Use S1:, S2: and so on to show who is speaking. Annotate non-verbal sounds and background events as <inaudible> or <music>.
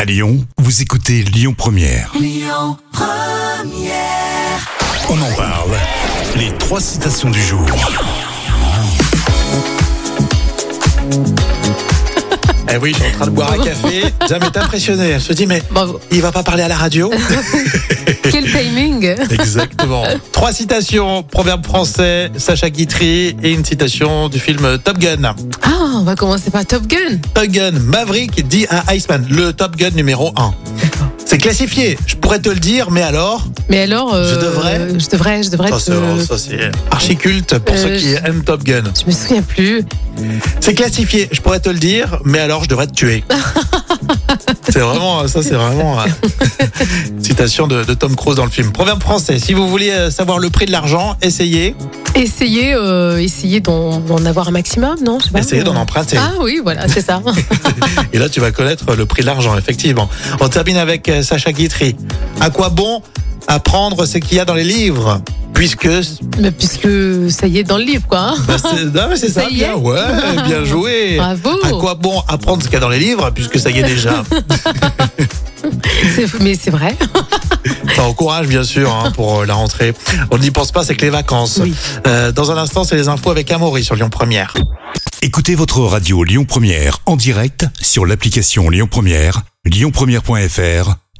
S1: À Lyon, vous écoutez Lyon Première. On en parle. Les trois citations du jour.
S2: Eh oui, je suis en train de boire un café. Jam est impressionnée. Elle se dit, mais
S3: Bravo.
S2: il va pas parler à la radio
S3: Quel timing <laughs>
S2: Exactement. Trois citations, proverbe français, Sacha Guitry et une citation du film Top Gun.
S3: Ah, on va commencer par Top Gun.
S2: Top Gun, Maverick dit à Iceman, le Top Gun numéro 1. C'est classifié, je pourrais te le dire, mais alors
S3: Mais alors, euh,
S2: Je devrais
S3: je devrais, je devrais.
S2: Ça,
S3: te-
S2: c'est- ça, c'est archiculte pour
S3: Euh,
S2: ceux qui
S3: je-
S2: aiment Top Gun.
S3: Je me souviens plus.
S2: C'est classifié, je pourrais te le dire, mais alors je devrais te
S3: <laughs>
S2: tuer. c'est vraiment, ça c'est vraiment euh, citation de, de Tom Cruise dans le film. Proverbe français, si vous voulez euh, savoir le prix de l'argent, essayez,
S3: Essayez, euh, essayez d'en d'en avoir un maximum, non Je sais pas.
S2: essayez d'en emprunter.
S3: Ah Bah oui, voilà,
S2: <laughs>
S3: c'est ça.
S2: Et là tu vas connaître le prix de l'argent, effectivement. On termine avec euh, Sacha Guitry. À quoi bon apprendre ce qu'il y a dans les livres Puisque
S3: Mais puisque ça y est dans le livre, quoi. hein.
S2: bah,
S3: <laughs>
S2: c'est non, mais c'est ça,
S3: Ça y est.
S2: bien, ouais, bien joué.
S3: <laughs> Bravo.
S2: À quoi bon apprendre ce qu'il y a dans les livres Puisque ça y est
S3: <laughs>
S2: déjà.
S3: C'est- Mais c'est vrai.
S2: Ça encourage bien sûr hein, pour euh, la rentrée. On n'y pense pas, c'est que les vacances.
S3: Oui.
S2: Euh, dans un instant, c'est les infos avec Amaury sur Lyon Première.
S1: Écoutez votre radio Lyon Première en direct sur l'application Lyon Première, lyonpremière.fr